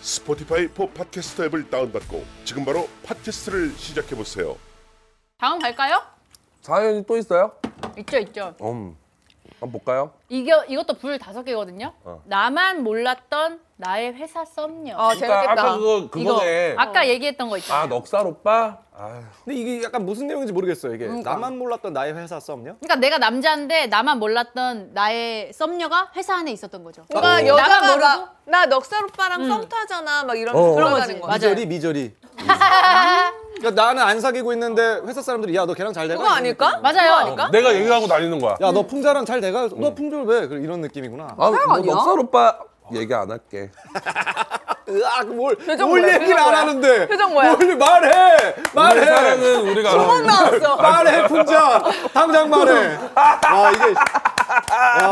스포티파이 포 팟캐스터 앱을 다운받고 지금 바로 팟캐스트를 시작해보세요. 다음 갈까요? 사연이 또 있어요? 있죠, 있죠. 음, 한번 볼까요? 이게 이것도 불 다섯 개거든요. 나만 몰랐던 나의 회사 썸녀. 아, 그러니까 재밌겠다. 아까 그거 어, 이거 그거네. 아까 얘기했던 거 아 있잖아요. 넉살 오빠? 아 근데 이게 약간 무슨 내용인지 모르겠어요 이게. 나만 몰랐던 나의 회사 썸녀? 그러니까 내가 남자인데 나만 몰랐던 나의 썸녀가 회사 안에 있었던 거죠. 그러니까 어. 여자가 나만 모르고? 나, 나 넉살 오빠랑 썸 타잖아 막 이런 어. 어, 그런 돌아가는 거지. 거. 맞아요. 미저리 미저리. 그러니까 나는 안 사귀고 있는데 회사 사람들이 야 너 걔랑 잘 돼가? 그거 아닐까? 맞아요. 내가 얘기하고 다니는 거야. 야너 풍자랑 잘 돼가? 너 풍자를 왜? 그래, 이런 느낌이구나. 아, 뭐 넉살 오빠 얘기 안 할게. 으악 뭘, 표정 뭘 뭐야, 얘기를 표정 안 뭐야? 하는데. 표정 뭐야? 뭘 말해. 우리 말해. 사랑은 우리가 알아. 나왔어. 말해 풍자. 당장 말해. 와 아, 이게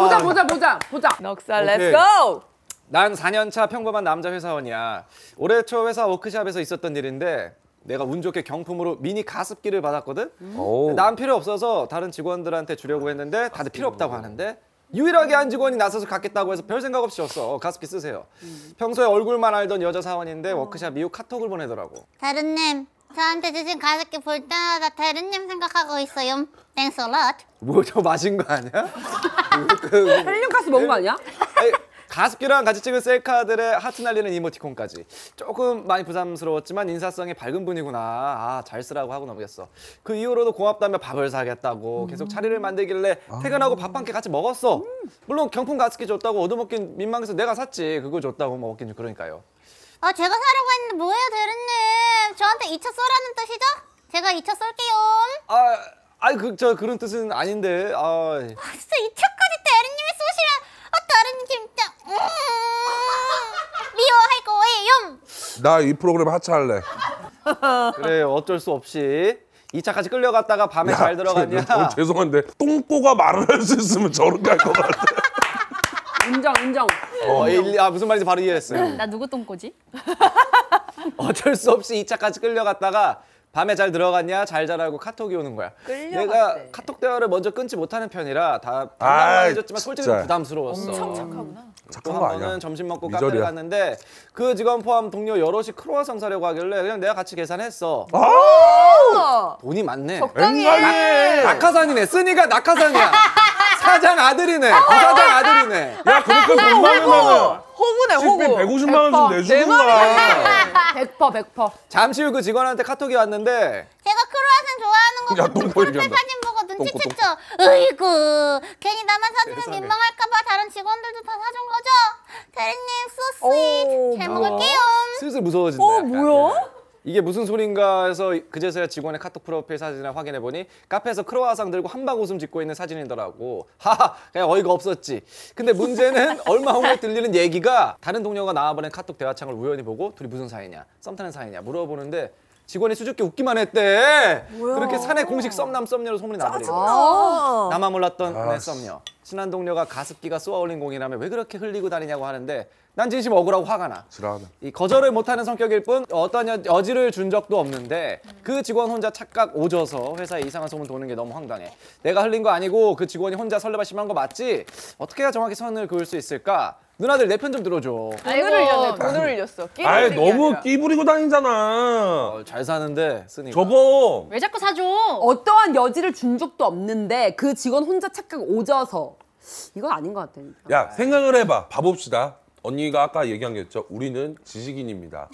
보자 보자 보자 보자 넉살 오케이. 렛츠 고! 난 4년차 평범한 남자 회사원이야. 올해 초 회사 워크샵에서 있었던 일인데 내가 운 좋게 경품으로 미니 가습기를 받았거든. 오. 난 필요 없어서 다른 직원들한테 주려고 했는데 다들 필요 없다고 하는데 유일하게 한 직원이 나서서 갖겠다고 해서 별 생각 없이 줬어. 어, 가습기 쓰세요. 평소에 얼굴만 알던 여자 사원인데 워크샵 이후 카톡을 보내더라고. 다른님 저한테 주신 가습기 볼 때마다 다른님 생각하고 있어요. Thanks a lot. 뭐 저 마신 거 아니야? 그, 헬륨가스 먹은 거 아니야? 아니, 가습기랑 같이 찍은 셀카들의 하트 날리는 이모티콘까지 조금 많이 부담스러웠지만 인사성이 밝은 분이구나 아 잘 쓰라고 하고 넘겼어 그 이후로도 고맙다며 밥을 사겠다고 계속 차례를 만들길래 퇴근하고 밥 한 끼 같이 먹었어 물론 경품 가습기 줬다고 얻어먹긴 민망해서 내가 샀지 그거 줬다고 먹긴 그러니까요 아 제가 사라고 했는데 뭐예요 다른님? 저한테 2차 쏘라는 뜻이죠? 제가 2차 쏠게요. 아 아이 그저 그런 뜻은 아닌데 아 아, 진짜 2차까지 다른님이 쏘시면 아 다른 진짜 음, 미워할 거예요. 나 이 프로그램 하차할래. 그래요 어쩔 수 없이 2차까지 끌려갔다가 밤에 네, 잘 들어갔냐 어, 죄송한데 똥꼬가 말을 할 수 있으면 저렇게 할 것 같아. 인정 인정 어, 일- 아 무슨 말인지 바로 이해했어요 나 누구 똥꼬지? 어쩔 수 없이 2차까지 끌려갔다가 밤에 잘 들어갔냐 잘 자라고 카톡이 오는 거야. 내가 카톡 대화를 먼저 끊지 못하는 편이라 다 아이, 반말만 해줬지만 솔직히 진짜. 부담스러웠어. 엄청 착하구나. 착한 거 또한 아니야. 번은 점심 먹고 미저리야. 카페를 갔는데 그 직원 포함 동료 여럿이 크로아상 사려고 하길래 그냥 내가 같이 계산했어. 아. 어. 돈이 많네. 앵간이. 낙하산이네. 쓰니가 낙하산이야. 사장 아들이네. 사장 아들이네. 야 그렇게 돈 많으면 호구네 호구. 식비 150만 원좀 내 내주는 말이야. 거야. 네. 100% 100% 잠시 후 그 직원한테 카톡이 왔는데 제가 크로아상 좋아하는 거 야, 똥 보고 프로필 얘기한다. 사진 보고 눈치챘죠. 똥꼬, 으이구 괜히 나만 사주면 세상에. 민망할까봐 다른 직원들도 다 사준 거죠. 다른님 소스윗 잘 먹을게요. 슬슬 무서워진다. 어, 뭐야? 이게 무슨 소린가 해서 그제서야 직원의 카톡 프로필 사진을 확인해 보니 카페에서 크로아상 들고 한방 웃음 짓고 있는 사진이더라고. 하하, 그냥 어이가 없었지. 근데 문제는 얼마 후에 들리는 얘기가 다른 동료가 나와버린 카톡 대화창을 우연히 보고 둘이 무슨 사이냐, 썸 타는 사이냐 물어보는데 직원이 수줍게 웃기만 했대. 그렇게 사내 공식 썸남 썸녀로 소문이 나더라고. 어. 나만 몰랐던 내 썸녀. 친한 동료가 가습기가 쏘아올린 공이라며 왜 그렇게 흘리고 다니냐고 하는데 난 진심 억울하고 화가 나. 지랄하네. 이 거절을 못하는 성격일 뿐 어떤 여- 여지를 준 적도 없는데 그 직원 혼자 착각 오져서 회사에 이상한 소문 도는 게 너무 황당해. 내가 흘린 거 아니고 그 직원이 혼자 설레발 심한 거 맞지? 어떻게 해야 정확히 선을 그을 수 있을까? 누나들 내 편 좀 들어줘. 돈을 흘렸네 돈을 흘렸어. 끼를 아예 흘린 게 너무 아니라. 끼 부리고 다니잖아. 어, 잘 사는데 쓰니까. 저거 왜 자꾸 사줘? 어떠한 여지를 준 적도 없는데 그 직원 혼자 착각 오져서 이건 아닌 것 같아 야 생각을 해봐. 봐봅시다. 언니가 아까 얘기한 게 있죠. 우리는 지식인입니다.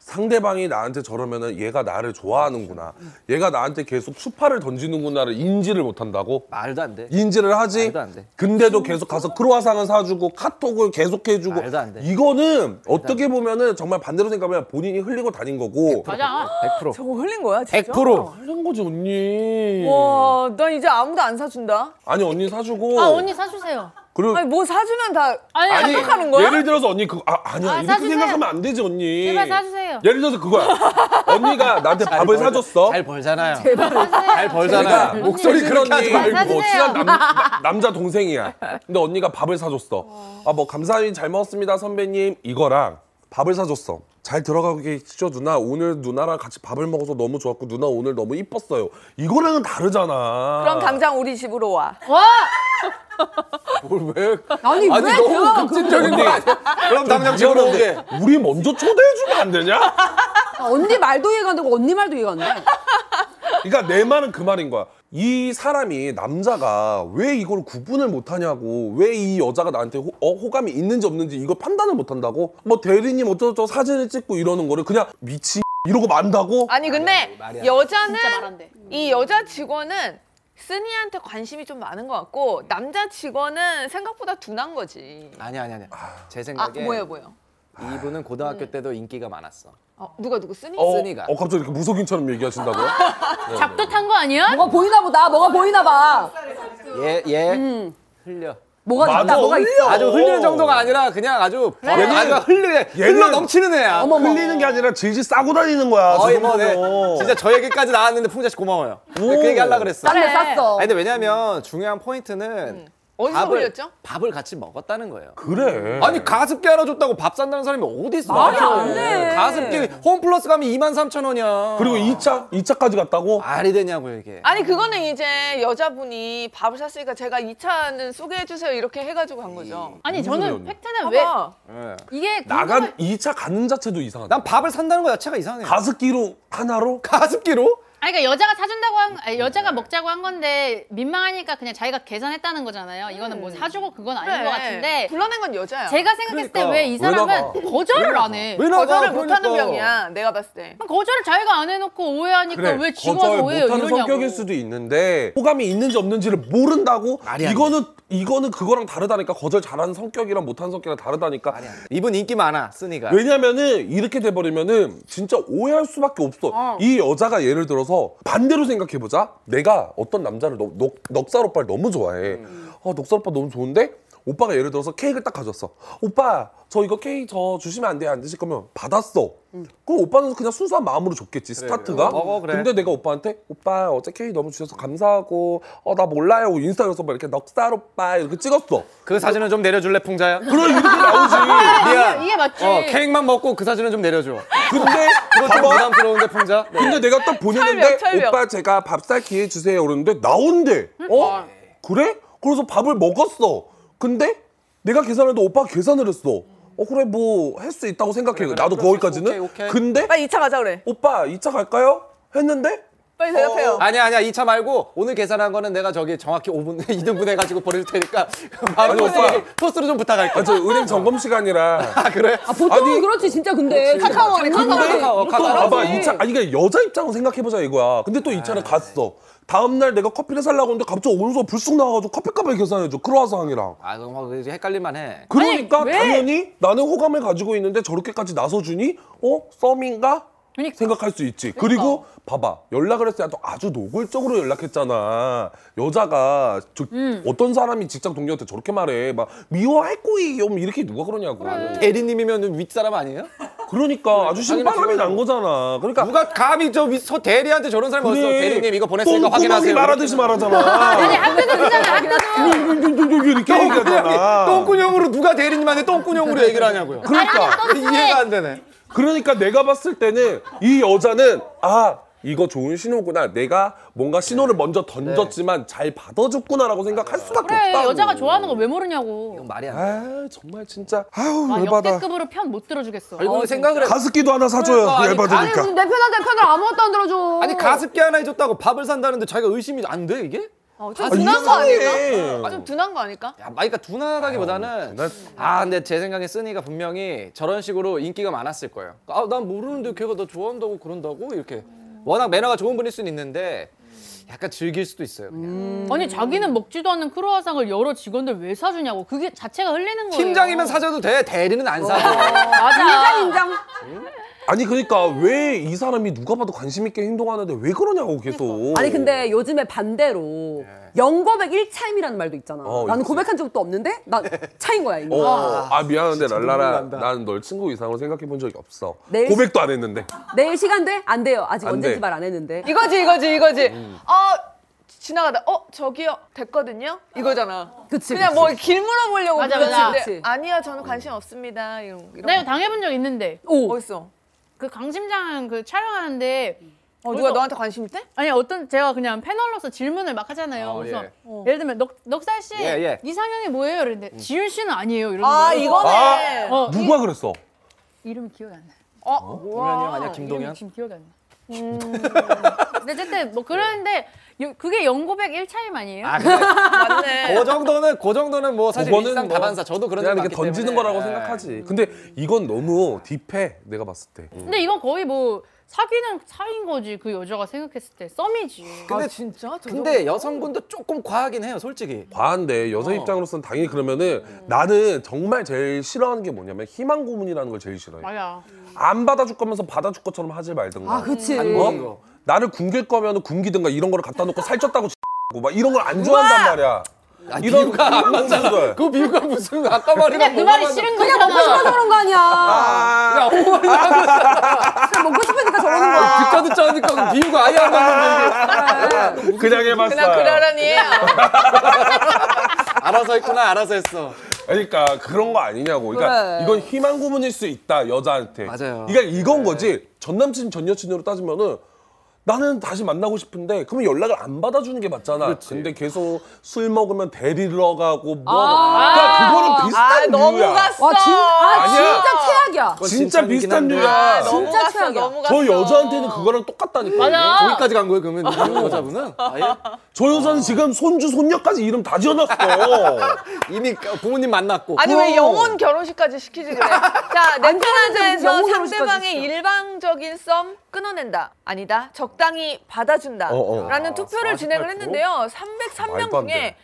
상대방이 나한테 저러면은 얘가 나를 좋아하는구나. 얘가 나한테 계속 수파를 던지는구나를 인지를 못한다고. 말도 안 돼. 인지를 하지. 말도 안 돼. 근데도 계속 가서 크로아상은 사주고 카톡을 계속 해주고. 말도 안 돼. 이거는 어떻게 보면은 정말 반대로 생각하면 본인이 흘리고 다닌 거고. 맞아. 100%. 저거 흘린 거야 진짜? 100%. 흘린 거지 언니. 와, 나 이제 아무도 안 사준다. 아니 언니 사주고. 아 언니 사주세요. 그리고 아니 뭐 사주면 다 아니, 아니, 착각하는 거야? 예를 들어서 언니 그거 아, 아니야 아, 이렇게 사주세요. 생각하면 안 되지 언니 제발 사주세요. 예를 들어서 그거야 언니가 나한테 밥을 아, 벌- 사줬어. 잘 벌잖아요. 잘 벌잖아요. 뭐, 내가 목소리 그렇게 하지 언니 말고. 뭐 친한 남, 나- 남자 동생이야. 근데 언니가 밥을 사줬어. 아 뭐 감사히 잘 먹었습니다 선배님 이거랑 밥을 사줬어. 잘 들어가게 시켜 누나 오늘 누나랑 같이 밥을 먹어서 너무 좋았고 누나 오늘 너무 이뻤어요. 이거랑은 다르잖아. 그럼 당장 우리 집으로 와. 뭘 왜? 아니, 왜 너무 내가 급진적인 거 아니야? 그럼 당장 집으로 오게. 미안한데 우리 먼저 초대해주면 안 되냐? 아, 언니 말도 이해가 안 되고 언니 말도 이해가 안 돼. 그러니까 내 말은 그 말인 거야. 이 사람이 남자가 왜 이걸 구분을 못하냐고 왜 이 여자가 나한테 호, 감이 있는지 없는지 이걸 판단을 못한다고 뭐 대리님 어쩌고저쩌고 사진을 찍고 이러는 거를 그냥 미친 이러고 만다고 아니 근데 말이 안 돼. 진짜 말 안 여자는 돼. 이 여자 직원은 쓰니한테 관심이 좀 많은 것 같고 남자 직원은 생각보다 둔한 거지. 아니 아니 아니. 제 아 네. 생각에 뭐예요 뭐예요? 이분은 고등학교 때도 인기가 많았어. 어, 누가 누구 쓰니? 어, 쓰니가. 어 갑자기 이렇게 무속인처럼 얘기하신다고요? 어, 네. 작도 탄 거 아니야? 뭐가 보이나 보다. 뭐가 보이나 봐. 얘 얘. 음. 흘려. 뭐가 있다. 뭐가 있어. 아주 흘리는 정도가 아니라 그냥 아주 네. 얘는- 아주 흘리 흘러 얘는- 넘치는 애야. 흘리는 게 아니라 질질 싸고 다니는 거야. 어이 저 뭐 네. 정도면. 진짜 저 얘기까지 나왔는데 풍자 씨 고마워요. 근데 그 얘기 하려 그랬어. 땀을 그래. 쌌어. 아니 근데 왜냐면 중요한 음. 포인트는 어디서 밥을 흘렸죠? 밥을 같이 먹었다는 거예요. 그래. 아니 가습기 하나 줬다고 밥 산다는 사람이 어디 있어? 말이 안 돼. 가습기 홈플러스 가면 2만 3천 원이야. 그리고 2차 2차까지 갔다고? 말이 되냐고 이게. 아니 그거는 이제 여자분이 밥을 샀으니까 제가 이차는 소개해 주세요 이렇게 해가지고 간 거죠. 아니 저는 팩트는 왜 봐봐. 예. 이게 나간 2차 가는 자체도 이상하다. 난 밥을 산다는 거 자체가 이상해. 가습기로 하나로 가습기로? 아니 그러니까 여자가 사준다고 한 아니, 여자가 먹자고 한 건데 민망하니까 그냥 자기가 계산했다는 거잖아요. 이거는 뭐 사주고 그건 아닌 것 같은데 네. 불러낸 건 여자야. 제가 생각했을 때 그러니까. 왜 이 왜 나가? 사람은 거절을 안 해? 왜 나가? 네. 거절을 못하는 그러니까. 병이야. 내가 봤을 때. 그럼 거절을 자기가 안 해놓고 오해하니까 그러니까 왜 지금 와서 오해요 못하는 이러냐고. 성격일 수도 있는데 호감이 있는지 없는지를 모른다고 말이 안 이거는 이거는 그거랑 다르다니까 거절 잘하는 성격이랑 못하는 성격이랑 다르다니까 이분 인기 많아 쓰니가. 왜냐면은 이렇게 돼버리면은 진짜 오해할 수밖에 없어 이 여자가 예를 들어서 반대로 생각해보자 내가 어떤 남자를 너, 넉, 넉살 오빠를 너무 좋아해 아, 넉살 오빠 너무 좋은데 오빠가 예를 들어서 케이크를 딱 가져왔어 오빠 저 이거 케이크 저 주시면 안 돼요 안 드실 거면 받았어 그럼 오빠는 그냥 순수한 마음으로 줬겠지 스타트가 어, 어, 음. 그래. 근데 내가 오빠한테 오빠 어제 케이크 너무 주셔서 감사하고 어 나 몰라요 하고 인스타에서 막 이렇게 넉살 오빠 이렇게 찍었어 그 사진은 좀 내려줄래 풍자야? 그럼 이렇게 나오지 미안. 이게 맞지. 어, 케이크만 먹고 그 사진은 좀 내려줘. 근데 그거 좀 봐봐. 부담스러운데 풍자. 네. 근데 내가 딱 보냈는데 철벽, 철벽. 오빠 제가 밥 살 기회 주세요 그러는데 나온대 어 그래 그래서 밥을 먹었어 근데 내가 계산해도 오빠 가 계산을 했어 어 그래 뭐 할 수 있다고 생각해 나도 거기까지는 오케이, 오케이. 근데 빨리 2차 가자 그래. 오빠 2차 갈까요 했는데 빨리 대답해요. 아니야 아니야 이 차 말고 오늘 계산한 거는 내가 저기 정확히 5분 2등분 해가지고 버릴 테니까 바로 아니, 토스, 오빠. 토스로 좀 부탁할게. 아, 저 은행 점검 시간이라 아 그래? 아, 보통은 아니, 그렇지, 진짜 근데. 카카오 근데 뭐 어, 또 가자. 봐봐 네. 2차 아니 그러니까 여자 입장으로 생각해보자 이거야 근데 또 2차를 갔어 다음날 내가 커피를 살라고 했는데 갑자기 오른손 불쑥 나와가지고 커피값을 계산해줘 크로아상이랑 아 그럼 뭐 이제 헷갈릴만 해. 그러니까 당연히 나는 호감을 가지고 있는데 저렇게까지 나서주니 어 썸인가 생각할 수 있지. 그리고 봐봐 연락을 했을 때 아주 노골적으로 연락했잖아. 여자가 저- 어떤 사람이 직장 동료한테 저렇게 말해 막 미워했고 이럼 이렇게 누가 그러냐고. 대리님이면 윗사람 아니에요? 그러니까 아주 신바람이 난 거잖아. 그러니까 누가 감히 저 윗, 서 대리한테 저런 사람이 어딨어? 대리님 이거 보냈으니까 똥구멍이 확인하세요. 말하듯이 말하잖아. 한때도 그잖아 한때도. 똥구멍이 이렇게 얘기하잖아. 똥꾸녕으로 누가 대리님한테 똥꾸녕으로 얘기를 하냐고요. 그러니까. 이해가 안 되네. 그러니까 내가 봤을 때는 이 여자는 아 이거 좋은 신호구나 내가 뭔가 신호를 네. 먼저 던졌지만 잘 받아줬구나라고 생각할 수밖에 그래 없다 여자가 좋아하는 거 왜 모르냐고. 말이 안 돼. 아 정말 진짜 아우 아, 열받아 역대급으로 편 못 들어주겠어. 아니, 근데 생각을 해. 가습기도 하나 사줘요 그러니까, 아니, 열받으니까 내 편한테 편을 아무것도 안 들어줘. 아니 가습기 하나 해줬다고 밥을 산다는데 자기가 의심이 안 돼 이게? 어, 좀 아, 둔한 거 이상해. 아닐까? 좀 둔한 거 아닐까? 야, 그러니까 둔하다기보다는 아, 근데 제 생각에 쓰니가 분명히 저런 식으로 인기가 많았을 거예요. 아 난 모르는데 걔가 나 좋아한다고 그런다고 이렇게 워낙 매너가 좋은 분일 수는 있는데 약간 즐길 수도 있어요. 그냥. 음. 아니 자기는 먹지도 않는 크로아상을 여러 직원들 왜 사주냐고. 그게 자체가 흘리는 거예요. 어. 팀장이면 사줘도 돼 대리는 안 사줘. 맞아. 인정. 아니 그러니까 왜 이 사람이 누가 봐도 관심 있게 행동하는데 왜 그러냐고 계속. 아니 근데 요즘에 반대로 영고백 1차임이라는 말도 있잖아. 어, 나는 있지. 고백한 적도 없는데 나 차인 거야 이미. 어, 아 미안한데 진짜 랄라라 눈물 난다. 난 널 친구 이상으로 생각해 본 적이 없어. 내일- 고백도 안 했는데. 내일 시간 돼? 안 돼요. 아직 안 언제인지 돼. 말 안 했는데. 이거지 이거지 이거지. 어 지나가다 어 저기요 됐거든요 이거잖아. 그치, 그냥 그치. 뭐 길 물어보려고 맞아, 물었는데 맞아. 그치. 아니요 저는 관심 없습니다 이런 이런. 나 이거 당해본 적 있는데 거. 오. 어딨어? 그 강심장 그 촬영하는데 어, 어디서- 누가 너한테 관심 있대? 아니 어떤 제가 그냥 패널로서 질문을 막 하잖아요. 어, 그래서 예. 예. 를 들면 넉, 넉살 씨 예, 음. 예. 이상형이 뭐예요? 이랬는데 지윤 씨는 아니에요. 이러는 아 거예요. 이거네. 어, 누가 그랬어? 이, 름 기억이 안 나. 어? 동현이 형 아니야 이름 김동현? 지금 기억이 안 나. 근데 어쨌든 뭐 그러는데 요- 그게 영고백 1차임 아니에요? 아 근데 어, 맞네. 그 정도는 그 정도는 뭐 사실 그거는 일상 뭐 다반사 저도 그런 적 그냥 많기 이렇게 던지는 때문에. 거라고 예. 생각하지. 근데 이건 너무 딥해 내가 봤을 때. 음. 근데 이건 거의 뭐 사귀는 사인 거지 그 여자가 생각했을 때 썸이지. 아, 근데 진짜? 저 근데 여성분도 조금 과하긴 해요 솔직히. 과한데 어. 여성 입장으로서는 당연히 그러면은 나는 정말 제일 싫어하는 게 뭐냐면 희망 고문이라는 걸 제일 싫어해. 맞아. 안 받아줄 거면서 받아줄 것처럼 하지 말든가. 어? 아 그치. 안 먹은 거. 나를 굶길 거면 굶기든가 이런 거를 갖다 놓고 살쪘다고 X하고 막 이런 걸 안 좋아한단 말이야. 아, 이런 비유가 안 희망 맞잖아. 고문을. 그 비유가 무슨 아까 말이랑 그 말이 싫은 거잖아. 먹고 싶어서 그런 거 아니야. 아, 그냥 먹고 싶으니까 저러는 거야. 듣자 듣자 하니까 그 비유가 아예 안 맞는 얘기. 그냥 해봤어요. 그냥 그러라니. 알아서 했구나 알아서 했어. 그러니까 그런 거 아니냐고. 그러니까 그래. 이건 희망 고문일 수 있다 여자한테. 맞아요. 네. 그러니까 이건 거지. 전 남친 전 여친으로 따지면은 나는 다시 만나고 싶은데 그러면 연락을 안 받아주는 게 맞잖아. 근데 계속 술 먹으면 데리러 가고 뭐. 그러니까 그거는 비슷한 아 너무 이유야. 갔어. 와 진, 아, 아니야. 진짜 최악이야. 그건 진짜 진짠이긴 비슷한 한데. 류야. 아, 너무 진짜 갔어. 최악이야. 너무 갔어. 저 여자한테는 그거랑 똑같다니까. 맞아. 거기까지 간 거예요 그러면 이 여자분은 아예 저 여자는 지금 손주 손녀까지 이름 다 지어놨어. 이미 그 부모님 만났고. 아니 왜 영혼 결혼식까지 시키지 그래? 자, 네편아자에서 영혼 결혼식까지 상대방의 시켜. 일방적인 썸 끊어낸다. 아니다. 적당히 받아준다. 어, 어. 라는 투표를 진행을 48%? 했는데요. 말도 303명 안 돼. 중에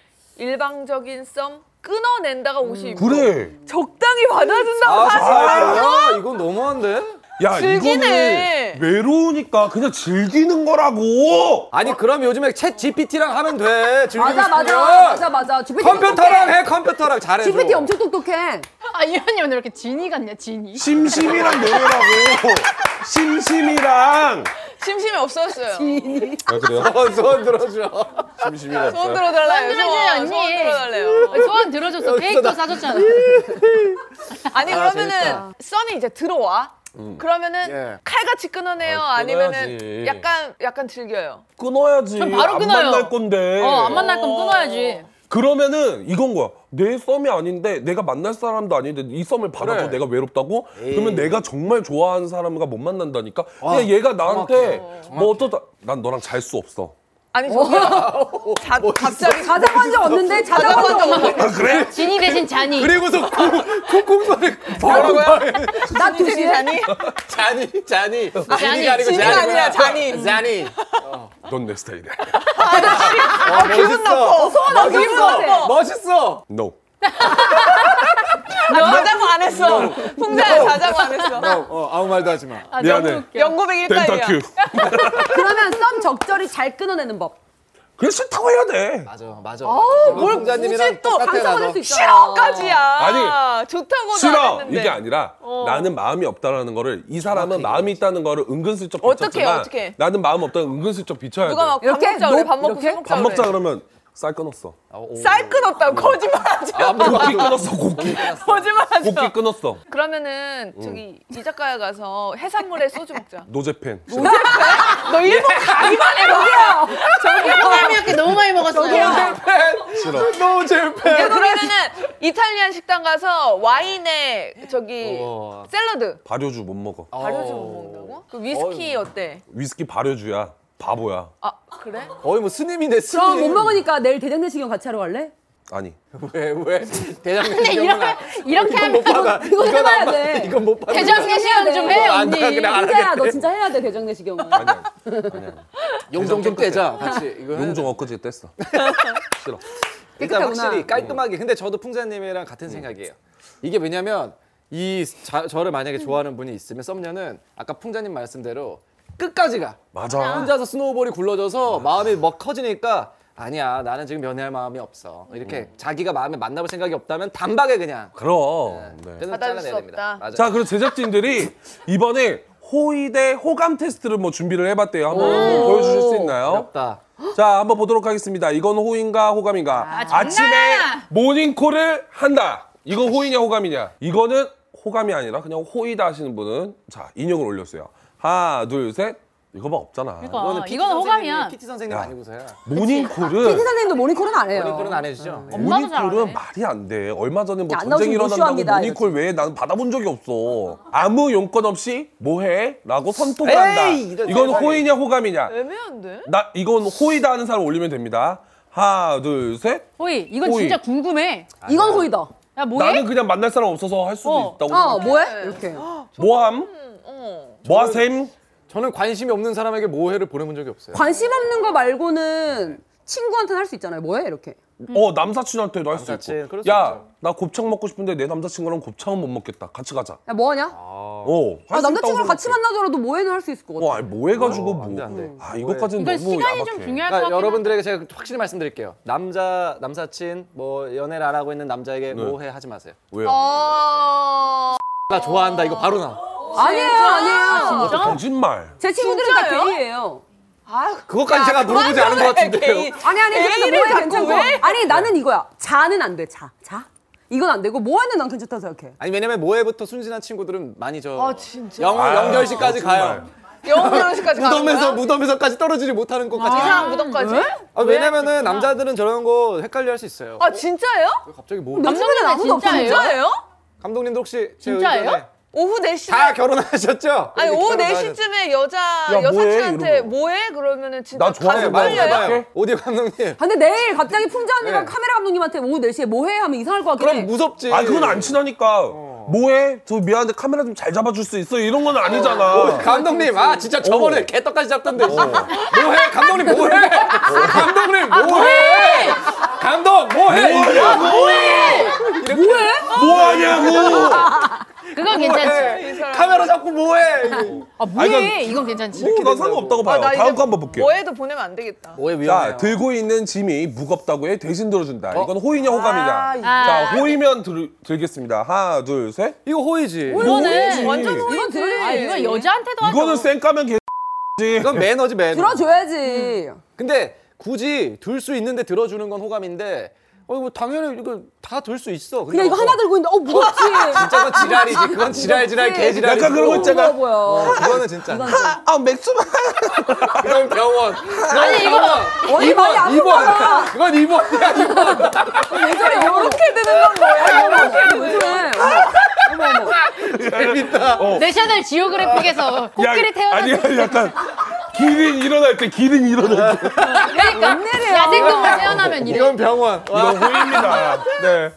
일방적인 썸 끊어낸다가 52. 음, 그래. 적당히 받아준다고 아, 사실 아, 이건 너무한데? 야 즐기네. 이거는 외로우니까 그냥 즐기는 거라고. 아니 그럼 요즘에 챗 GPT랑 하면 돼. 즐기고 맞아 싶으면. 맞아 맞아 맞아. GPT 컴퓨터랑 해 컴퓨터랑 잘해. GPT 엄청 똑똑해. 아 이현이 오늘 왜 이렇게 진이 같냐 진이. 심심이랑 노래라고. 심심이랑. 심심이 없었어요. 아 그래요? 소원 들어줘. 심심이랑. 소원 들어달라요. 소원 들어주세요, 언니. 소원 들어달래요. 아, 소원 들어줬어. 케이크도 사줬잖아. 아니 아, 그러면은 썸이 이제 들어와. 그러면은 예. 칼같이 끊어내요. 아, 아니면은 끊어야지. 약간 약간 즐겨요. 끊어야지. 그럼 바로 안 끊어요. 만날 건데. 어안 만날 거면 끊어야지. 그러면은 이건 거야. 내 썸이 아닌데 내가 만날 사람도 아닌데 이 썸을 받아줘 그래. 내가 외롭다고? 그러면 내가 정말 좋아하는 사람과 못 만난다니까. 와, 그냥 얘가 나한테 뭐 어쩌다 난 너랑 잘 수 없어. 아니 저기요. 자, 갑자기 자자고 한 적 없는데 자자고 한 적 없는데 아 그래? 진이 대신 잔이. 그리고서 쿵쿵 소리 바로 나 아, 두시 자니? 잔이 잔이 잔이, 잔이가 아니고 진이 잔이구나. 어, 아니라 잔이. 잔이. 넌 내 스타일이야. 아 기분 나빠. 소원 안 기분 나빠. 멋있어. No. 아, 자자고 안 했어. 풍자야 자자고 안 했어. 어, 어, 아무 말도 하지 마. 아, 미안해. 너무 웃겨. 연고백 그 일단이야. 덴타큐. 그러면 썸 적절히 잘 끊어내는 법. 그래 싫다고 해야 돼. 맞아 맞아. 어뭘 뭐 굳이 또 반성할 수 있잖아. 싫어까지야. 아니, 좋다고도 안 싫어 했는데. 이게 아니라 나는 마음이 없다라는 거를 이 사람은 마음이 있다는 거를 은근슬쩍 어떡해, 비쳤지만 어떡해. 나는 마음 없다는 걸 은근슬쩍 비춰야 누가 막 돼. 밥 이렇게? 먹자 그래. 밥 녹- 먹고 이렇게? 술 먹자 밥 먹자 그래. 그러면 쌀 끊었어. 아, 쌀 끊었다고 거짓말하지. 마. 고기 끊었어 고기. 거짓말하지. 마. 고기 끊었어. 그러면은 저기 이자카야 가서 해산물에 소주 먹자. 노제팬. 너 일본 가기만 해. 거기야. 사람이 이렇게 너무 많이 먹었어요. 싫어. 너무 재패. 예, 그러면은 이탈리안 식당 가서 와인에 저기 어. 샐러드. 발효주 못 먹어. 발효주 못 먹는다고? 그 위스키 어때? 위스키 발효주야. 바보야. 아 그래? 거의 뭐 스님이네 스님. 저 못 먹으니까 내일 대장내시경 같이 하러 갈래? 아니. 왜왜 대장님. 근데 이렇게 이렇게 하면 이거 해봐야 돼. 이건 못 받아. 대장내 네. 시간 좀 해, 언니. 안 돼, 그래, 안 돼. 진짜야 너 진짜 해야 돼 대장내시경은. 아니 아니. 아니, 아니. 용종 좀그 떼자. 같이 이거 해야 용종 엊그제 뗐어. 싫어. 일단 깨끗하구나. 확실히 깔끔하게 근데 저도 풍자님이랑 같은 생각이에요 이게 왜냐면 이 자- 저를 만약에 좋아하는 분이 있으면 썸녀는 아까 풍자님 말씀대로 끝까지 가. 맞아. 혼자서 스노우볼이 굴러져서 마음이 막 커지니까 아니야 나는 지금 연애할 마음이 없어. 이렇게 자기가 마음에 만나볼 생각이 없다면 단박에 그냥. 그럼. 네. 그래서 받아줄 잘라내야 수 됩니다. 없다. 맞아요. 자, 그리고 제작진들이 이번에 호의 대 호감 테스트를 뭐 준비를 해봤대요. 한번 보여주실 수 있나요? 어렵다. 자, 한번 보도록 하겠습니다. 이건 호인가 호감인가? 장난 아, 침에 아니야. 모닝콜을 한다. 이건 호이냐 호감이냐? 이거는 호감이 아니라 그냥 호이다 하시는 분은 자 인형을 올렸어요. 하나, 둘, 셋. 이거 막 없잖아. 그러니까 PT 이건 선생님이, 호감이야. PT 선생님 많이 보세요. 어. 모닝콜은 PD 선생님도 모닝콜은 안 해요. 그런 안 해주죠. 네. 엄마도 잘 모니콜은 알아요. 말이 안 돼. 얼마 전에 뭐 안 전쟁 이 나오시면 일어난다고 무시합니다, 모니콜 외에 나는 받아본 적이 없어. 아무 용건 없이 뭐해? 라고 선톡을 에이, 한다. 이런 이건 세상에. 호의냐 호감이냐? 애매한데? 나 이건 호의다 하는 사람 올리면 됩니다. 하나 둘 셋. 호이, 이건 호이. 진짜 궁금해. 이건 호이다. 야, 뭐해? 나는 그냥 만날 사람 없어서 할 수도 어. 있다고. 어, 생각해. 뭐해? 이렇게. 뭐함? 음, 어. 뭐하셈? 저는 관심이 없는 사람에게 모해를 보내본 적이 없어요. 관심 없는 거 말고는 친구한테는 할 수 있잖아요. 뭐해? 이렇게. 어 남사친한테도 할 수 남사친, 그럴 있고. 수 야 있죠. 나 곱창 먹고 싶은데 내 남자친구랑 곱창은 못 먹겠다. 같이 가자. 야, 뭐 하냐? 어. 할수 아, 있다고 남자친구랑 같이 생각해. 만나더라도 뭐해는 할 수 있을 것 같아. 어, 아니, 뭐 해가지고 어, 뭐. 안 돼, 안 돼. 아, 이것까지는 이건 너무 시간이 야박해. 좀 중요할 것 그러니까 같긴 한데. 여러분들에게 제가 확실히 말씀드릴게요. 남자 남사친 뭐 연애를 안 하고 있는 남자에게 네. 모해 하지 마세요. 왜요? 나 좋아한다 이거 바로 나. 아니에요, 아니에요. 어, 거짓말. 제 친구들은 다 게이예요. 그것까지 제가 물어보지 않은 것 같은데요. 아니 아니 그래도 A를 뭐해 자꾸 괜찮고 왜? 아니 나는 이거야 자는 안 돼 자 자 이건 안 되고 뭐하는 난 괜찮다고 생각해 아니 왜냐면 모해부터 순진한 친구들은 많이 저 아, 진짜? 영 아, 연결시까지 정말. 가요. 영혼결혼식까지 가는 거야? 무덤에서 무덤에서까지 떨어지지 못하는 것까지. 아, 이상한 무덤까지? 아, 왜냐면은 남자들은 저런 거 헷갈려 할 수 있어요. 아 진짜예요? 갑자기 뭐 내 주변에 아무도 없어 진짜예요? 진짜예요? 감독님도 혹시 제 진짜예요? 의견에 오후 4시에 다 결혼하셨죠? 아니 오후 결혼도 4시쯤에 여자 야, 뭐해? 여사친한테 이러고. 뭐해? 그러면은 진짜 나 좋아하는 가슴 하셨- 거 말해봐요. 떨려요? 해봐요. 네, 오디오 감독님. 근데 내일 갑자기 풍자 언니랑 네. 카메라 감독님한테 오후 4시에 뭐해 하면 이상할 것 같긴 해 그럼 무섭지. 아, 그건 안 친하니까. 뭐해? 저 미안한데 카메라 좀 잘 잡아줄 수 있어? 이런 건 아니잖아. 감독님 아 진짜 저번에 어. 개떡까지 잡던데 뭐해 감독님 뭐해 감독님 뭐해 감독 뭐해 뭐해 뭐해 뭐하냐고! 그건 괜찮지. 카메라 잡고 뭐해 아, 뭐해? 이건- 이건 괜찮지. 오, 난 그러니까 상관없다고 봐요. 아, 나 이제 다음 거 한번 볼게요. 뭐해도 보내면 안 되겠다. 뭐해 자, 들고 있는 짐이 무겁다고 해 대신 들어준다. 이건 호의냐 호감이냐. 아, 자, 호의면 들, 들겠습니다. 하나, 둘, 셋. 이거 호의지 뭐- 이거는 완전 호의. 이건 들어줘야지 아, 이건 여자한테도 하죠. 이거는 쌩 까면 개. 이건 매너지 매너 들어줘야지 근데 굳이 들 수 있는데 들어주는 건 호감인데 어 이거 당연히 이거 다 들 수 있어 그냥 이거 하나 들고 있는데 어 무겁지 진짜 그건 지랄이지 그건 지랄 지랄 개 지랄 약간 그런 거 있잖아. 무거워 보여 그거는 진짜 아, 맥주만. 이건 병원. 아니 이거 어디 많이 안 보여 이건 입원이야 입원. 왜 저래 이렇게 되는 건 뭐야 이렇게 왜 저래 어머 어머 재밌다. 내셔널 지오그래픽에서 코끼리 아니, 태어나는 아니, 약간. 기린 일어날 때, 기린 일어날 때. 그러니까 야생동물 태어나면 이래. 이건 병원. 이거 호의입니다. 네.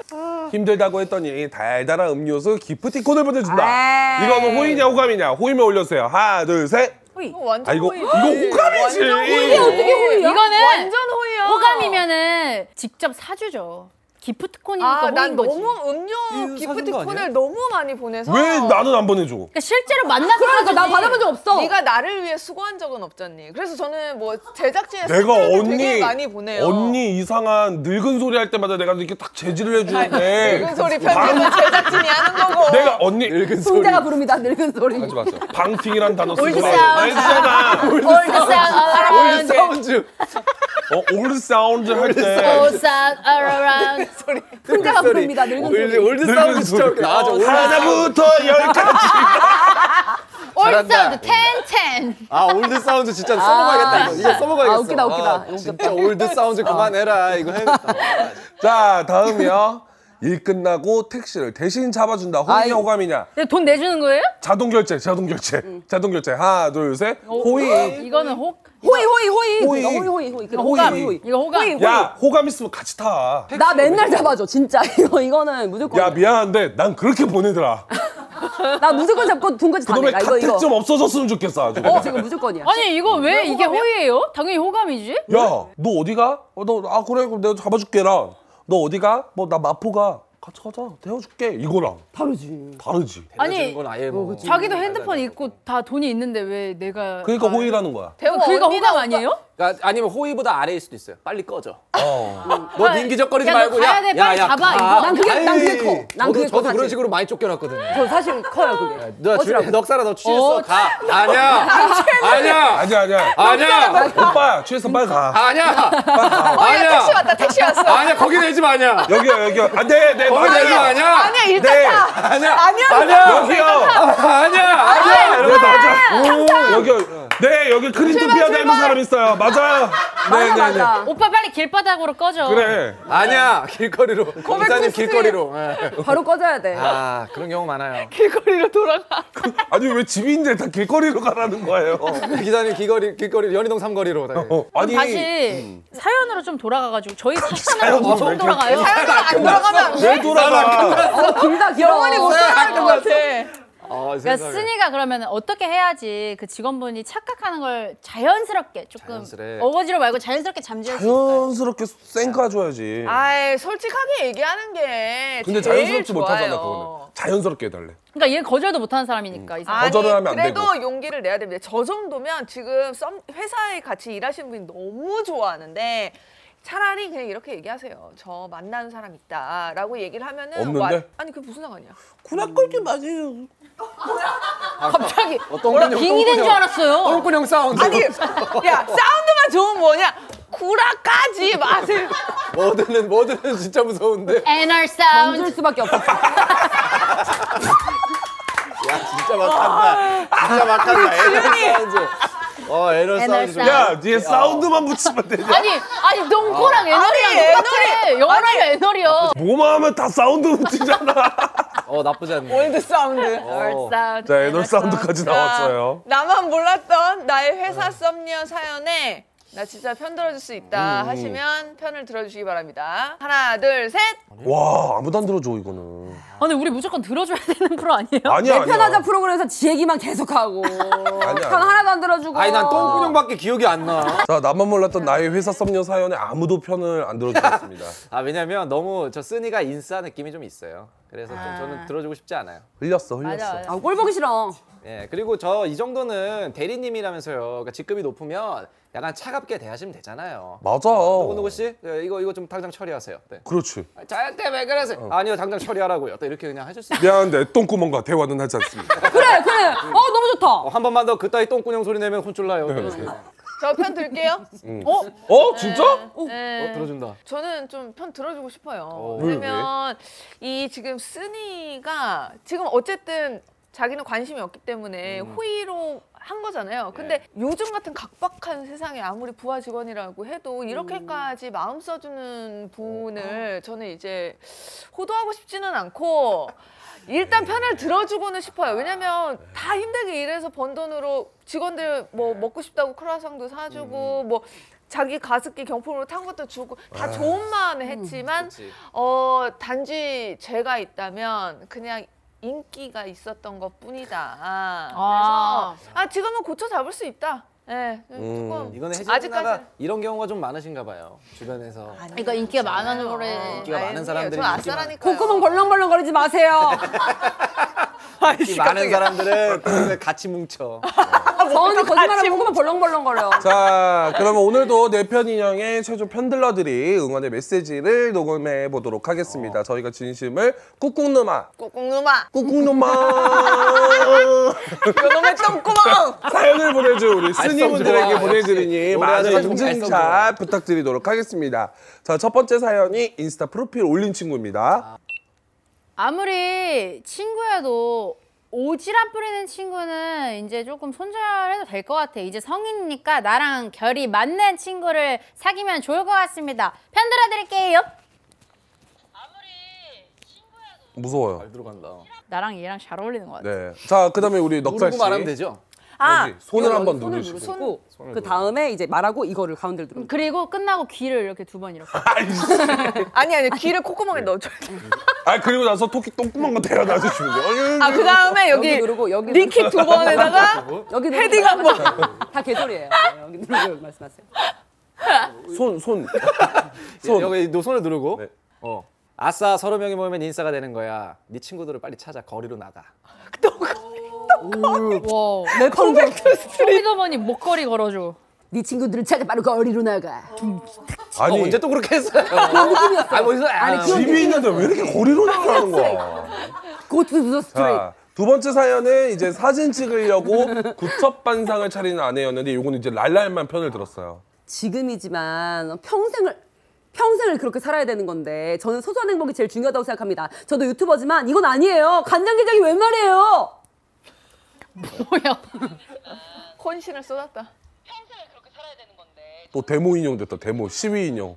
힘들다고 했더니 달달한 음료수 기프티콘을 보내준다. 에이. 이거는 뭐 호의냐 호감이냐? 호의면 올려주세요. 하나, 둘, 셋. 이거 아 어, 완전 이거 호의. 이거 호감이지. 어떻게 호의야 이거는 완전 호의야. 호감이면은 직접 사주죠. 기프트콘이니까 아, 호인 난 거지. 너무 음료 이거 사준 거 아니야? 기프티콘을 너무 많이 보내서 왜 나는 안 보내줘? 그러니까 실제로 만나서 그러니까 나 사주지. 받아본 적 없어 네가 나를 위해 수고한 적은 없잖니. 그래서 저는 뭐 제작진의 내가 스타일을 언니 되게 많이 보내요. 언니 이상한 늙은 소리 할 때마다 내가 이렇게 딱 재질을 해주는데 늙은 소리 편집은 제작진이 하는 거고. 내가 언니 늙은 소리. 풍자가 부릅니다 늙은 소리 하지 마세요. 방팅이란 단어 쓰지 올드 마세요. 사운드. 알잖아. 올드 올드 뭐 사운드 around 사운드. 아, 어 올드 사운드 할 때 올드 사운드 around 풍자가 부릅니다 늙은 그 올드 소리 어, 올드 사운드 진짜 웃겨. 아, 저 올드 사운드. 하나부터 열까지. 올드 사운드 잘한다. 10 10 아 올드 사운드 진짜 써먹어야겠다. 이거. 이거 써먹어야겠어. 아, 웃기다, 웃기다. 이거 진짜 올드 사운드 그만해라. 이거 해야겠다. 자 다음이요. 일 끝나고 택시를 대신 잡아준다. 아이. 호의냐 호감이냐? 네, 돈 내주는 거예요? 자동 결제, 자동 결제, 음. 자동 결제. 하나 둘 셋. 어, 호의. 이거는 호 호의 호의 호의 호의. 호의 호의 호의 호의 그래, 호감. 호의 호의 이거 호감. 어. 야 호감 있으면 같이 타. 나 맨날 잡아줘 진짜 이거 이거는 무조건 야 미안한데 난 그렇게 보내더라. 나 무조건 잡고 돈까지 다 그놈의 뭐. 내가 이거 이거 카텍 좀 없어졌으면 좋겠어 아주. 어 지금 무조건이야 아니 이거 왜 이게 호의예요? 당연히 호감이지. 아, 야 너 어디가? 어, 너아 그래 그럼 내가 잡아줄게라. 너 어디가? 뭐 나 마포가. 같이 가자 태워줄게 이거랑 다르지. 다르지 아니, 아니 건 아예 뭐 자기도 핸드폰 있고 다 돈이 있는데 왜 내가 그러니까 아, 호의라는 거야 그러니까 언니가 호감 아니에요? 그러니까 아니면 호의보다 아래일 수도 있어요. 빨리 꺼져. 어. 너 닌기적거리지 야, 너 말고 가야 돼, 빨리 잡아, 이거. 난 그게- 난 그게 커. 난 저도, 그게 커, 저도 그런 사실. 식으로 많이 쫓겨났거든요. 저 어, 사실 커요 그게. 누나 주라 넉살아 너 취했어 어, 가. 아니야. 아니야. 아니야 아니야 아니야. 오빠 취해서 빨리 가 아니야. 야, 택시 아니야. 왔다 택시 왔어. 아니야. 거기 내지 마 아니야. 여기요 여기요 네, 안돼내 거기 내지 마 아니야. 아니야 일단 네 아니야. 아니야. 여기요 아니야. 아, 여기 맞아 여기 네 여기 크리스토피아 닮은 사람 있어요 맞아요 네네네 오빠 빨리 길바닥으로 꺼져. 그래 아니야. 길거리로. 기사님 길거리로. 예. 바로 꺼져야 돼. 아 그런 경우 많아요. 길거리로 돌아가. 아니 왜 집인데 다 길거리로 가라는 거예요 기사님 길거리 길거리 연희동 삼거리로. 네. 다 어, 아니 다시 사연으로 좀 돌아가가지고 저희 음. 그 사연으로 사연으로 왜 엄청 이렇게 돌아가요. 안 돌아가면 왜 돌아가 어, 길다 길어. 영원히 못 안 될 것 같아. 그러니까 아, 세상에. 쓰니가 그러면 어떻게 해야지 그 직원분이 착각하는 걸 자연스럽게 조금 자연스레. 어거지로 말고 자연스럽게 잠재울 수 있어요. 자연스럽게 쌩까줘야지 아이 솔직하게 얘기하는 게 근데 제일 자연스럽지 좋아요. 못하잖아 그거는 자연스럽게 해달래 그러니까 얘 거절도 못하는 사람이니까 이 사람. 아니 거절을 하면 안 그래도 되고. 용기를 내야 됩니다. 저 정도면 지금 썸, 회사에 같이 일하시는 분이 너무 좋아하는데 차라리 그냥 이렇게 얘기하세요. 저 만나는 사람 있다라고 얘기를 하면은 없는데? 아니 그게 무슨 상관이야? 구나 끌지 마세요 갑자기 어, 똥근형, 빙이 된 줄 똥근형. 알았어요. 똥꾸녕 사운드. 아니 야 사운드만 좋은 뭐냐? 구라까지 마세요. 뭐든은 뭐든은 진짜 무서운데. NR 던질 사운드. 수밖에 아, 없어. 야 진짜 막한다. 진짜 막한다. 에너 사운드. 어 에너 에너 사운드. 좀- 사운드. 야 뒤에 사운드만 붙이면 되냐 아니 아니 농코랑 에너리랑 아니, 똑같아. 영어로 하면 에너리요. 뭐만 하면 다 사운드 붙이잖아 어 나쁘지 않네. 월드 사운드. 어. 사운드. 자 에놀 사운드까지 나왔어요 네. 아, 나만 몰랐던 나의 회사 썸녀 사연에 나 진짜 편 들어줄 수 음, 있다 하시면 편을 들어주시기 바랍니다. 하나, 둘, 셋. 와 아무도 안 들어줘 이거는 아니 우리 무조건 들어줘야 되는 프로 아니에요? 아니야 내 편하자 아니야 프로그램에서 지 얘기만 계속하고 아니야. 편 하나도 안 들어주고. 아니 난 똥구녕밖에 기억이 안 나. 자 나만 몰랐던 나의 회사 썸녀 사연에 아무도 편을 안 들어주셨습니다 아 왜냐면 너무 저 쓰니가 인싸 느낌이 좀 있어요. 그래서 좀 아. 저는 들어주고 싶지 않아요. 흘렸어 맞아. 흘렸어 맞아. 아, 꼴 보기 싫어. 예 그리고 저 이 정도는 대리님이라면서요. 그러니까 직급이 높으면 약간 차갑게 대하시면 되잖아요. 맞아 누구 누구 씨 예, 이거 이거 좀 당장 처리하세요. 네. 그렇지 아, 저한테 왜 그러세요? 어. 아니요 당장 처리하라고요. 또 이렇게 그냥 하실 수 있어요. 미안한데 똥구멍과 대화는 하지 않습니다 그래 그래. 어 너무 좋다. 어, 한 번만 더 그따위 똥꾸녕 소리 내면 혼쭐 나요. 네. 어, 저 편 들게요. 어 진짜? 네. 들어준다. 저는 좀 편 들어주고 싶어요. 어, 왜, 왜냐면 이 지금 쓰니가 지금 어쨌든 자기는 관심이 없기 때문에 호의로 한 거잖아요. 근데 요즘 같은 각박한 세상에 아무리 부하 직원이라고 해도 이렇게까지 마음 어. 써주는 분을 저는 이제 호도하고 싶지는 않고 일단 편을 들어주고는 싶어요. 왜냐면 다 힘들게 일해서 번 돈으로 직원들 뭐 먹고 싶다고 크루아상도 사주고 음. 뭐 자기 가습기 경품으로 탄 것도 주고 다 좋은 마음에 했지만 아. 그치. 어 단지 죄가 있다면 그냥 인기가 있었던 것 뿐이다. 아. 그래서 아 지금은 고쳐 잡을 수 있다. 예, 조금 음. 이거는 혜진 아직까지- 누나가 이런 경우가 좀 많으신가 봐요. 주변에서 그러니까 인기가 많아서 그래. 인기가 많은 사람들이 저 인기가 아싸라니까. 콧구멍 벌렁벌렁 거리지 마세요. 이 많은 사람들은 그걸 같이 뭉쳐. 저 언니 거짓말하면 콧구멍 벌렁벌렁 거려. 자 그러면 오늘도 네 내편 인형의 최종 편들러들이 응원의 메시지를 녹음해 보도록 어. 하겠습니다 저희가 진심을 꾹꾹沼아 꾹꾹누마. 꾹꾹沼아 요놈의 똥구멍. 사연을 보내준 우리 알성 스님분들에게 좋아. 보내드리니 역시. 많은 노래하는 알성 좋아. 인증샷 부탁드리도록 하겠습니다. 자, 첫 번째 사연이 인스타 프로필 올린 친구입니다. 아무리 친구여도 오지랖 뿌리는 친구는 이제 조금 손절해도 될 것 같아. 이제 성인이니까 나랑 결이 맞는 친구를 사귀면 좋을 것 같습니다. 편 들어드릴게요. 무서워요. 잘 들어간다. 나랑 얘랑 잘 어울리는 것 같아. 네. 자, 그 다음에 우리 넉살 누르고 씨. 말하면 되죠? 아, 여기 손을 한번 손을 누르시고. 누르시고 그 다음에 이제 말하고 이거를 가운데로 누르고. 그리고 끝나고 귀를 이렇게 두 번 이렇게. 아니 아니 귀를 콧구멍에 네. 넣어줘. 아, 그리고 나서 토끼 똥구멍과 대화나서 주는 거예요. 아 그다음에 여기, 여기 네 누르고 여기 니킥 두 번에다가 여기 누르고 헤딩 한 번. 다 개소리예요. 네, 여기 누르고 말씀하세요. 손, 손. 예, 여기 노 손을 누르고. 네. 어. 아싸 서른 명이 모이면 인싸가 되는 거야. 네 친구들을 빨리 찾아 거리로 나가. 와. 내 방송 쇼미더머니 목걸이 걸어줘. 네 친구들을 찾아 바로 거리로 나가. 아니 어, 언제 또 그렇게 했어요? 그런 느낌이었어. 아, 뭐 있어요? 아, 아니, 그런 집이 있는데 느낌이었어. 왜 이렇게 거리로 나가는 거야? 고투 두더 스트레이트. 아, 자, 두 번째 사연은 이제 사진 찍으려고 구첩반상을 차리는 아내였는데 요건 이제 랄랄만 편을 들었어요. 지금이지만 평생을 평생을 그렇게 살아야 되는 건데 저는 소소한 행복이 제일 중요하다고 생각합니다. 저도 유튜버지만 이건 아니에요. 간장게장이 웬 말이에요? 뭐야? 헌신을 쏟았다. 또 데모 인용 됐다. 데모 시위 인용.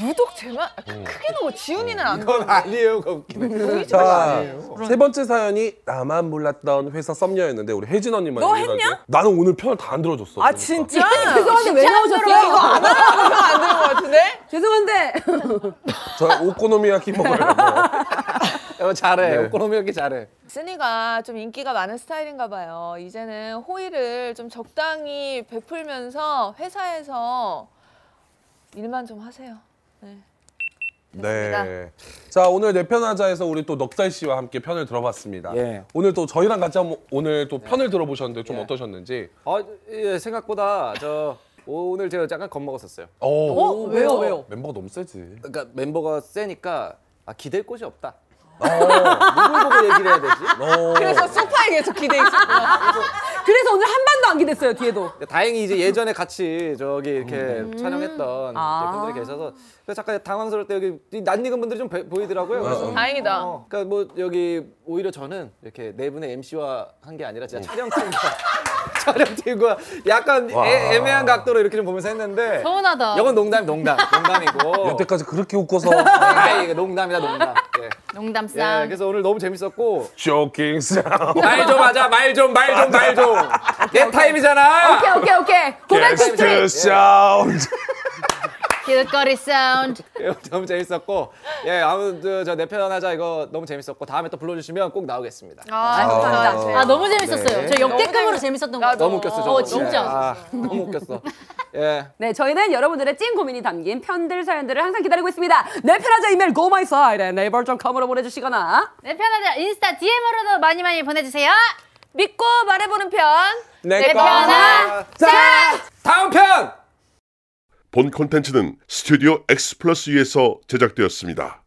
유독 제만 크게 너무 지훈이는 안 그건 아니에요. 그거 웃기네. 자, 세 번째 사연이 나만 몰랐던 회사 썸녀였는데 우리 혜진 언니만 너 얘기를 하죠. 나는 오늘 편을 다 안 들어줬어. 아 그러니까. 진짜? 죄송한데 왜 나오셨어요? 이거 안 하... 안 되는 것 같은데? 죄송한데 저 오코노미야키 먹으려고. 어, 잘해. 네. 오코노미 이렇게 잘해. 쓰니가 좀 인기가 많은 스타일인가 봐요. 이제는 호의를 좀 적당히 베풀면서 회사에서 일만 좀 하세요. 네. 자, 오늘 내 편하자에서 우리 또 넉살 씨와 함께 편을 들어봤습니다. 예. 오늘 또 저희랑 같이 한번 오늘 또 편을 들어보셨는데 좀 어떠셨는지. 어, 예, 생각보다 저 오늘 제가 약간 겁먹었었어요. 어, 왜요 왜요? 멤버가 너무 세지. 그러니까 멤버가 세니까 아, 기댈 곳이 없다. 어, 아. 누굴 보고 얘기를 해야 되지? 어. 그래서 소파에 계속 기대 있었구나. 그래서 오늘 한 번도 안 기댔어요 뒤에도. 근데 그러니까 다행히 이제 예전에 같이 저기 이렇게 촬영했던 이제 아. 분들이 계셔서 그래서 잠깐 당황스러울 때 여기 이 낯익은 분들이 좀 배- 보이더라고요. 그래서 다행이다. 어, 그러니까 뭐 여기 오히려 저는 이렇게 네 분의 MC와 한 게 아니라 진짜 촬영팀과 촬영팀과 약간 와. 애, 매한 각도로 이렇게 좀 보면서 했는데 서운하다. 이건 농담, 농담, 농담이고. 여태까지 그렇게 웃고서 아, 이게 농담이다, 농담. 예. 농담상. 예, 그래서 오늘 너무 재밌었고 조킹 사운드. 말 좀 하자, 말 좀, 말 좀, 말 좀. 내 타임이잖아. 오케이 오케이 오케이. 네, 고백 스트레이트. 사운드. 길거리 사운드. 예, 너무 재밌었고 예 아무튼 저내 편하자 이거 너무 재밌었고 다음에 또 불러주시면 꼭 나오겠습니다. 아, 아 너무 재밌었어요. 네. 저 역대급으로 재밌었던 거 너무 웃겼어. 어, 저거. 진짜. 아, 너무 웃겼어. 예. 네 저희는 여러분들의 찐 고민이 담긴 편들 사연들을 항상 기다리고 있습니다. 내 편하자 이메일 go my side naver.com으로 보내주시거나 내 편하자 인스타 DM으로도 많이 많이 보내주세요. 믿고 말해보는 편. 내 편하. 다음 편. 본 콘텐츠는 스튜디오 X 플러스 위에서 제작되었습니다.